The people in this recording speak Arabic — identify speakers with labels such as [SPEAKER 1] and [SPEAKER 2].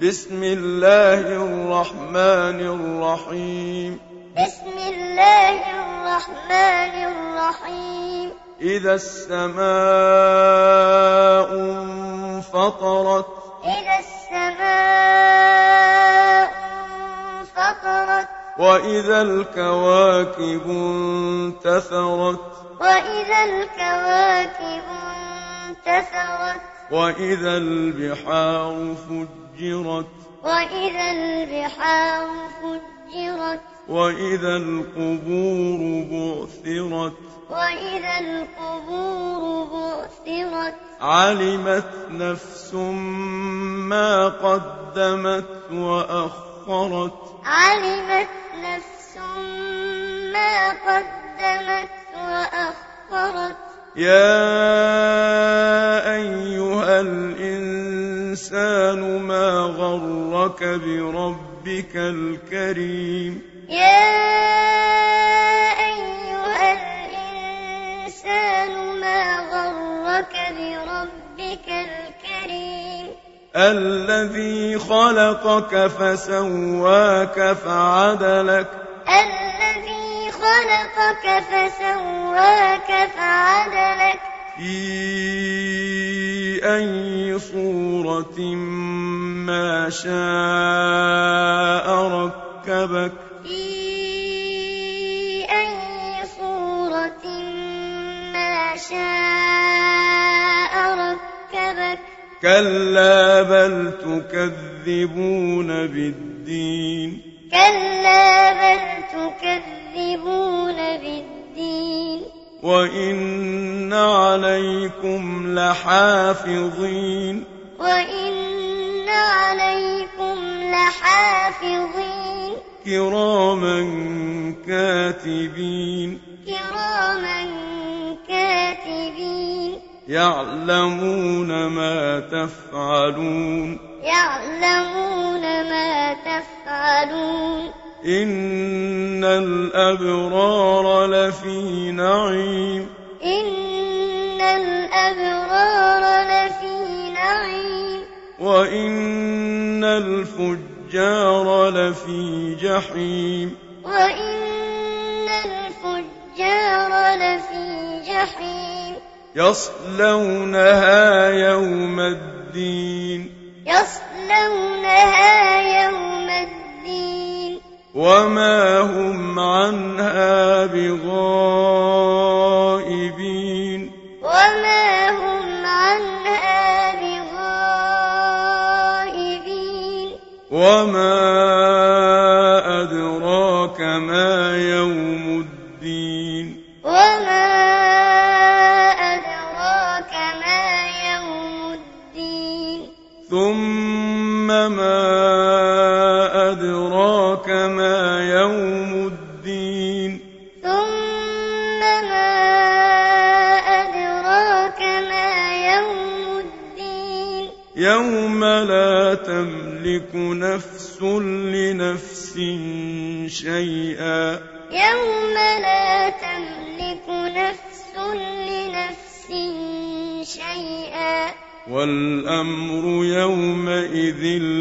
[SPEAKER 1] بسم الله الرحمن الرحيم
[SPEAKER 2] بسم الله الرحمن الرحيم
[SPEAKER 1] إذا السماء انفطرت
[SPEAKER 2] إذا السماء انفطرت
[SPEAKER 1] وإذا الكواكب انتثرت
[SPEAKER 2] وإذا الكواكب انتثرت
[SPEAKER 1] وإذا البحار فجرت
[SPEAKER 2] وإذا البحار فجرت
[SPEAKER 1] وإذا القبور بعثرت
[SPEAKER 2] وإذا القبور بعثرت
[SPEAKER 1] علمت نفس ما قدمت وأخرت
[SPEAKER 2] علمت نفس ما قدمت وأخرت
[SPEAKER 1] يا أيها الإنسان ما غرك بربك الكريم
[SPEAKER 2] يا أيها الإنسان ما غرك بربك الكريم
[SPEAKER 1] الذي خلقك فسواك فعدلك
[SPEAKER 2] الذي خلقك فسواك فعدلك
[SPEAKER 1] في أي صورة ما شاء ركبك
[SPEAKER 2] في أي صورة ما شاء ركبك
[SPEAKER 1] كلا بل تكذبون بالدين
[SPEAKER 2] كلا بل تكذبون بالدين
[SPEAKER 1] وإن عليكم لحافظين
[SPEAKER 2] وإن عليكم لحافظين
[SPEAKER 1] كراما كاتبين
[SPEAKER 2] كراما كاتبين
[SPEAKER 1] يعلمون ما تفعلون
[SPEAKER 2] يعلمون ما تفعلون
[SPEAKER 1] إن الأبرار لفي نعيم
[SPEAKER 2] إن الأبرار لفي نعيم
[SPEAKER 1] وإن الفجار لفي جحيم
[SPEAKER 2] وإن الفجار لفي جحيم
[SPEAKER 1] يصلونها يوم الدين
[SPEAKER 2] يصلونها يوم الدين
[SPEAKER 1] وما هم عنها بغائبين
[SPEAKER 2] وما هم عنها بغائبين
[SPEAKER 1] وما أدراك ما يوم الدين
[SPEAKER 2] وما أدراك ما يوم الدين
[SPEAKER 1] ثم ما أدراك ما يوم الدين
[SPEAKER 2] ثم ما أدراك ما يوم الدين
[SPEAKER 1] يوم لا تملك نفس لنفس شيئا
[SPEAKER 2] يوم لا تملك نفس لنفس شيئا
[SPEAKER 1] والأمر يومئذ